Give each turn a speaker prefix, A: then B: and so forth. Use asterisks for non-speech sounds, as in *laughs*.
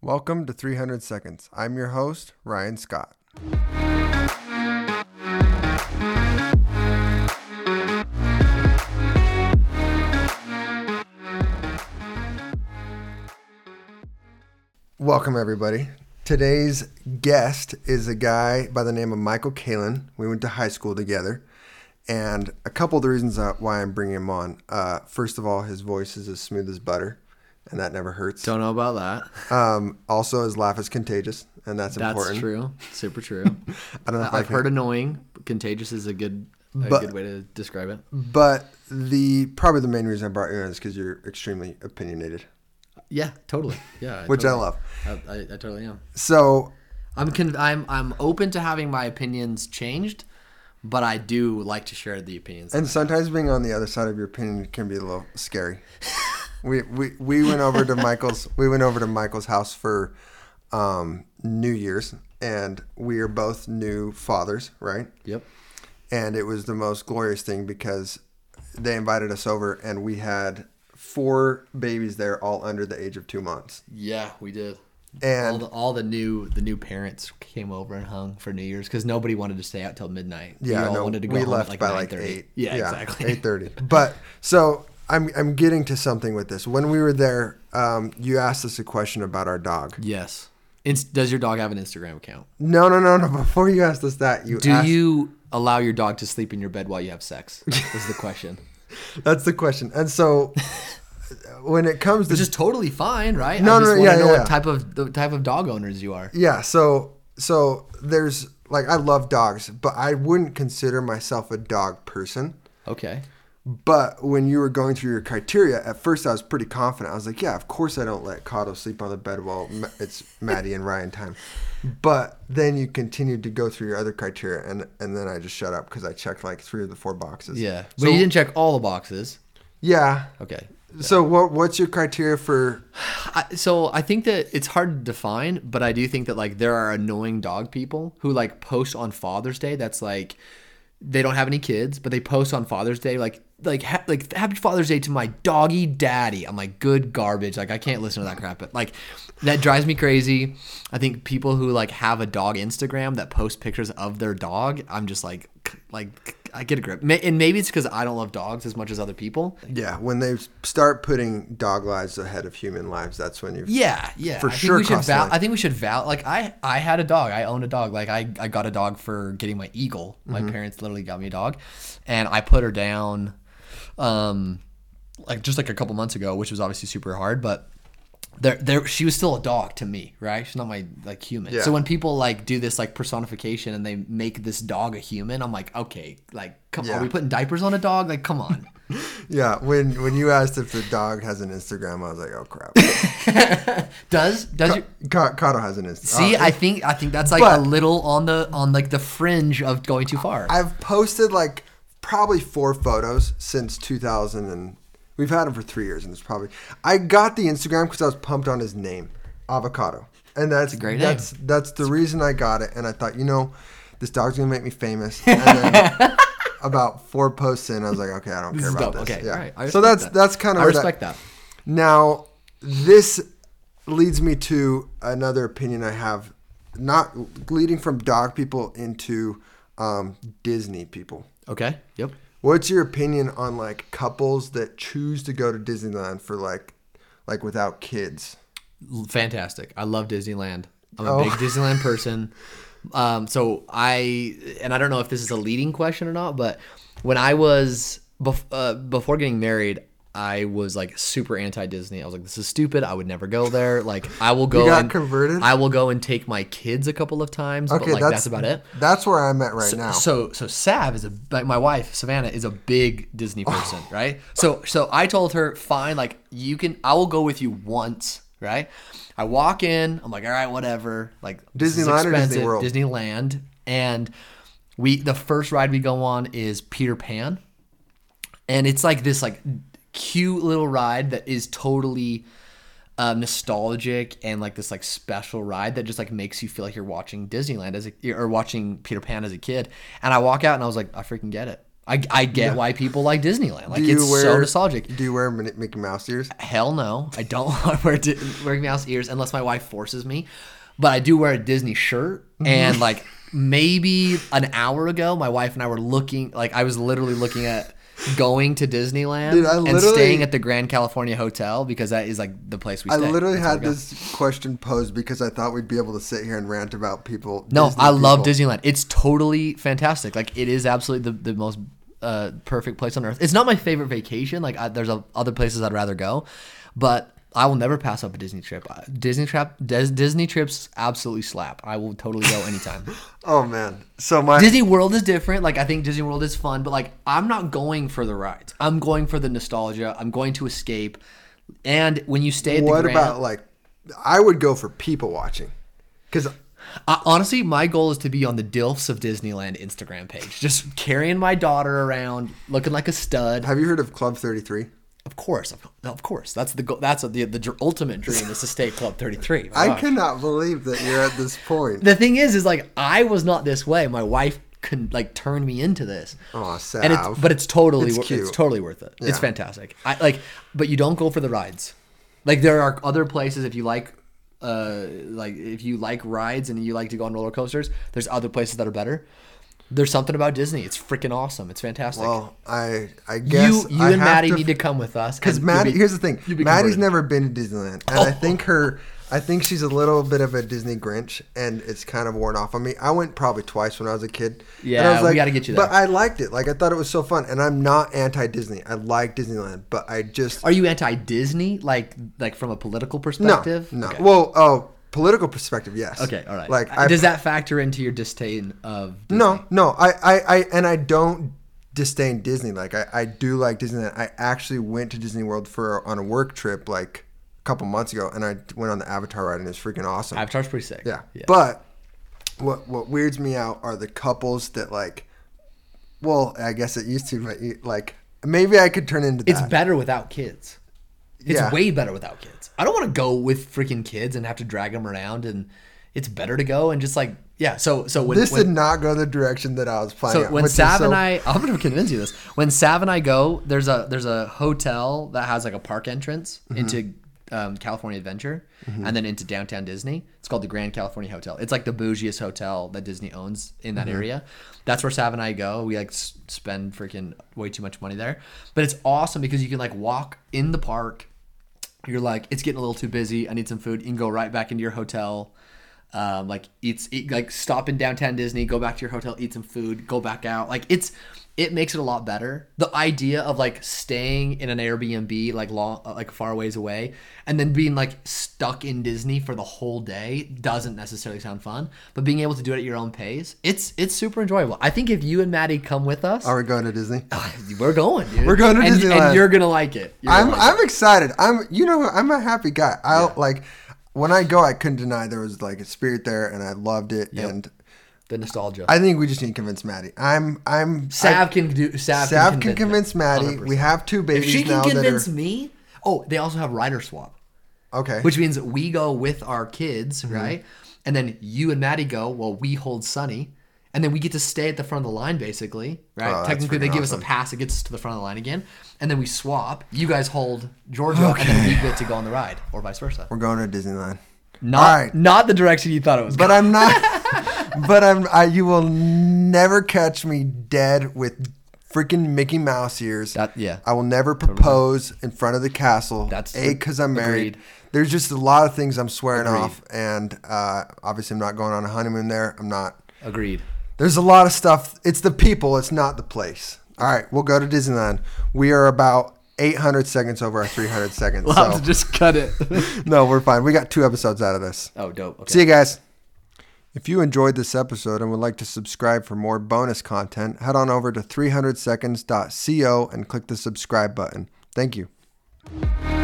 A: Welcome to 300 Seconds. I'm your host, Ryan Scott. Welcome, everybody. Today's guest is a guy by the name of Michael Kalin. We went to high school together. And a couple of the reasons uh, why I'm bringing him on. Uh, first of all, his voice is as smooth as butter, and that never hurts.
B: Don't know about that.
A: Um, also, his laugh is contagious, and that's,
B: That's
A: important.
B: true. Super true.
A: *laughs* I don't know if
B: I've
A: I've
B: heard annoying. but Contagious is a good a
A: But-
B: good way to describe it.
A: but the probably the main reason I brought you in is because you're extremely opinionated,
B: Yeah, totally. Yeah, I
A: which
B: totally,
A: I love.
B: I, I, I totally am.
A: So
B: I'm con- I'm I'm open to having my opinions changed, but I do like to share the opinions.
A: And sometimes being on the other side of your opinion can be a little
B: *laughs*
A: scary. we, we we went over to Michael's we went over to Michael's house for um, New Year's and we are both new fathers, right?
B: yep.
A: And it was the most glorious thing because they invited us over and we had four babies there all under the age of two months.
B: Yeah, we did. all
A: And
B: the, all the new the new parents came over and hung for New Year's because nobody wanted to stay out till midnight.
A: yeah,
B: we all
A: no,
B: wanted to go
A: we
B: home
A: left
B: at like
A: by like
B: 9:30.
A: eight.
B: Yeah, exactly.
A: eight thirty. But so I'm I'm getting to something with this. When we were there, um, you asked us a question about our dog.
B: *laughs* Yes. Inst- does your dog have an Instagram account?
A: No, no, no, *laughs* no. Before you asked us that, you
B: Do
A: asked,
B: you allow your dog to sleep in your bed while you have *laughs* sex? Is the question.
A: *laughs* that's the question. And
B: *laughs*
A: so when it comes to
B: Which is totally fine, right?
A: No,
B: I just
A: no,
B: wanna
A: yeah,
B: know
A: yeah, yeah.
B: what type of the type of dog owners you are.
A: yeah, so so there's like I love dogs, but I wouldn't consider myself a dog person.
B: Okay.
A: But when you were going through your criteria, at first I was pretty confident. I was like, yeah, of course I don't let Cotto sleep on the bed while Ma- it's Maddie and Ryan time. But then you continued to go through your other criteria, and and then I just shut up because I checked like three of the four boxes.
B: Yeah. But
A: So-
B: you didn't check all the boxes.
A: yeah.
B: Okay.
A: So what what's your criteria for?
B: I, so I think that it's hard to define, but I do think that like there are annoying dog people who like post on Father's Day. That's like they don't have any kids, but they post on Father's Day like like ha- like Happy Father's Day to my doggy daddy. I'm like good garbage. Like I can't listen to that crap. But like that drives me crazy. I think people who like have a dog Instagram that post pictures of their dog. I'm just like c- like c- I get a grip. Ma- And maybe it's because I don't love dogs as much as other people.
A: Yeah, when they start putting dog lives ahead of human lives, that's when you.
B: Yeah, yeah.
A: For
B: I
A: sure
B: Think we should
A: costs
B: val-
A: money.
B: I think we should val. Like I, I had a dog. I owned a dog. Like I, I got a dog for getting my eagle. My
A: Mm-hmm.
B: parents literally got me a dog, and I put her down, um, like just like a couple months ago, which was obviously super hard, but. There, there, she was still a dog to me, right? She's not my like human.
A: Yeah.
B: So when people like do this like personification and they make this dog a human, I'm like, okay, like, come
A: Yeah.
B: are we putting diapers on a dog? Like, come on.
A: Yeah, when when you asked if the dog has an Instagram, I was like, oh crap.
B: does does your,
A: Ca- Cotto has an uh, Instagram.
B: See, I think I think that's like
A: Oh, But-
B: a little on the on like the fringe of going too far.
A: I've posted like probably four photos since 2000, and we've had him for three years. And it's probably I got the Instagram because I was pumped on his name, Avocado, and that's
B: great name.
A: That's that's the reason I got it. And I thought, you know, this dog's gonna make me
B: *laughs*
A: famous. And then about four posts in, I was like, okay, I don't care
B: This is
A: about
B: dope.
A: this.
B: Okay, all right. I
A: so
B: respect
A: that's
B: that.
A: that's kind of
B: I
A: where
B: respect that.
A: Now, this leads me to another opinion I have, not leading from dog people into um, Disney people.
B: Okay. Yep.
A: What's your opinion on like couples that choose to go to Disneyland for like, like without kids?
B: L- Fantastic. I love Disneyland. I'm a
A: Oh.
B: big Disneyland
A: *laughs*
B: person. Um, so I and I don't know if this is a leading question or not, but when I was bef- uh, before getting married, I was like super anti Disney. I was like, this is stupid. I would never go there. Like,
A: *laughs*
B: I will go.
A: got
B: and,
A: converted?
B: I will go and take my kids a couple of times.
A: Okay,
B: but, like,
A: that's,
B: that's, about it.
A: That's where I'm at right now.
B: So so Sav is a like my wife Savannah is a big Disney
A: Oh.
B: person, right? So so I told her, fine, like you can, I will go with you once, right? I walk in, I'm like, all right, whatever, like this
A: Disneyland
B: is
A: or Disney
B: expensive,
A: World?
B: Disneyland, and we the first ride we go on is Peter Pan, and it's like this like cute little ride that is totally um, nostalgic and like this like special ride that just like makes you feel like you're watching Disneyland as a or watching Peter Pan as a kid. And I walk out and I was like, I freaking get it. I, I get why people like Disneyland. Like it's so nostalgic.
A: Do you wear Min- Mickey Mouse ears?
B: Hell no, I don't *laughs* want to wear Di- wear mouse ears unless my wife forces me. But I do wear a Disney shirt,
A: Mm-hmm.
B: and like maybe an hour ago, my wife and I were looking like I was literally looking at going to Disneyland
A: Dude, I
B: and
A: literally-
B: staying at the Grand California Hotel because that is like the place we.
A: I
B: stay.
A: literally
B: That's where
A: had
B: we go.
A: this question posed because I thought we'd be able to sit here and rant about people.
B: No,
A: Disney
B: I love
A: people.
B: Disneyland. It's totally fantastic. Like it is absolutely the, the most uh, perfect place on earth. It's not my favorite vacation. Like I, there's a, other places I'd rather go, but I will never pass up a Disney trip. Uh, Disney trip, Des, Disney trips absolutely slap. I will totally go
A: *laughs*
B: anytime.
A: Oh man, so my
B: Disney World is different. Like I think Disney World is fun, but like I'm not going for the rides. I'm going for the nostalgia. I'm going to escape. And when you stay at the
A: what
B: Grand,
A: about like? I would go for people watching, because
B: I, honestly, my goal is to be on the Dilfs of Disneyland Instagram page, just carrying my daughter around, looking like a stud.
A: have you heard of Club Thirty Three?
B: Of course, of, of course, that's the goal. That's the the dr- ultimate dream is to stay at Club Thirty Three.
A: I cannot believe that you're at this point.
B: The thing is, is like I was not this way. My wife can like turn me into this.
A: Aw, Sav.
B: and it's but it's totally
A: It's
B: wor-
A: cute.
B: it's totally worth it.
A: Yeah.
B: It's fantastic. I like, but you don't go for the rides. Like there are other places if you like, uh, like if you like rides and you like to go on roller coasters, there's other places that are better. There's something about Disney. It's freaking awesome. It's fantastic.
A: Well, I I guess
B: you you
A: I
B: and
A: have
B: Maddie
A: to
B: need to come with us
A: Because
B: and you'll
A: Maddie,
B: be-
A: here's the thing:
B: you'll be
A: Maddie's
B: converted.
A: never been to Disneyland, and
B: Oh.
A: I think her, I think she's a little bit of a Disney Grinch, and it's kind of worn off on me. I went probably twice when I was a kid. and I
B: Yeah,
A: was
B: we gotta get you
A: But I liked it; like I thought it was so fun, and I'm not anti-Disney. I like Disneyland, but I just
B: Are you anti Disney? Like like from a political
A: no,
B: perspective?
A: no.
B: Okay.
A: Well, oh, political perspective, yes.
B: Okay, all right.
A: Like,
B: Like, does that factor into your disdain of? Disney?
A: No, no, I, I, I, and I don't disdain Disney. Like I, I do like Disneyland. I actually went to Disney World for on a work trip like a couple months ago, and I went on the Avatar ride, and it's freaking awesome.
B: Avatar's pretty sick.
A: yeah. but what what weirds me out are the couples that like. Well, I guess it used to, but you, like maybe I could turn into
B: it's
A: that.
B: better without kids. It's
A: Yeah.
B: way better without kids. I don't want to go with freaking kids and have to drag them around, and it's better to go and just like yeah. So so when
A: this
B: when,
A: did not go the direction that I was planning.
B: so
A: on,
B: when
A: which is
B: Sav and
A: so-
B: I, I'm gonna convince you of this. When Sav and I go, there's a there's a hotel that has like a park entrance into um, California Adventure, and then into downtown Disney. It's called the Grand California Hotel. It's like the bougiest hotel that Disney owns in that area. That's where Sav and I go. We like s- spend freaking way too much money there, but it's awesome because you can like walk in the park you're like it's getting a little too busy i need some food you can go right back into your hotel um, like eats eat, like stop in downtown disney go back to your hotel eat some food go back out like it's it makes it a lot better the idea of like staying in an airbnb like long like far ways away and then being like stuck in disney for the whole day doesn't necessarily sound fun but being able to do it at your own pace it's it's super enjoyable i think if you and maddie come with us
A: are we going to Disney?
B: *laughs* we're going dude.
A: We're going to
B: and,
A: Disneyland.
B: and you're gonna like it You're
A: I'm
B: gonna like
A: I'm excited. I'm you know I'm a happy guy. I will like when I go, I couldn't deny there was like a spirit there, and I loved it. And
B: it. the nostalgia
A: I think we just need to convince Maddie. I'm I'm
B: Sav can do.
A: I,
B: Sav,
A: Sav can
B: me.
A: convince Maddie. We
B: 100%.
A: have two
B: If
A: babies
B: she can
A: now
B: convince
A: that
B: me. Oh, they also have rider swap,
A: are okay.
B: which means we go with our kids,
A: Mm-hmm.
B: right? And then you and Maddie go while we hold Sunny, and then we get to stay at the front of the line, basically, right?
A: Oh, that's
B: Technically, they
A: freaking
B: give us
A: awesome.
B: a pass; it gets us to the front of the line again, and then we swap. You guys hold Georgia, and then we get to go on the ride, or vice versa.
A: we're going to Disneyland.
B: Not,
A: Alright.
B: not the direction you thought it was.
A: But I'm not. but I'm. I, you will never catch me dead with freaking Mickey Mouse ears.
B: That- yeah.
A: I will never propose in front of the castle.
B: That's
A: a because I'm married.
B: agreed.
A: There's just a lot of things I'm swearing off, and uh, obviously I'm not going on a honeymoon there. I'm not.
B: Agreed.
A: There's a lot of stuff. It's the people. It's not the place. All right, we'll go to Disneyland. We are about 800 seconds over our 300 seconds.
B: *laughs* We'll have
A: so-
B: to just
A: *laughs*
B: cut it.
A: no, we're fine. We got two episodes out of this.
B: oh, dope. Okay.
A: See you guys. If you enjoyed this episode and would like to subscribe for more bonus content, head on over to 300seconds.co and click the subscribe button. Thank you.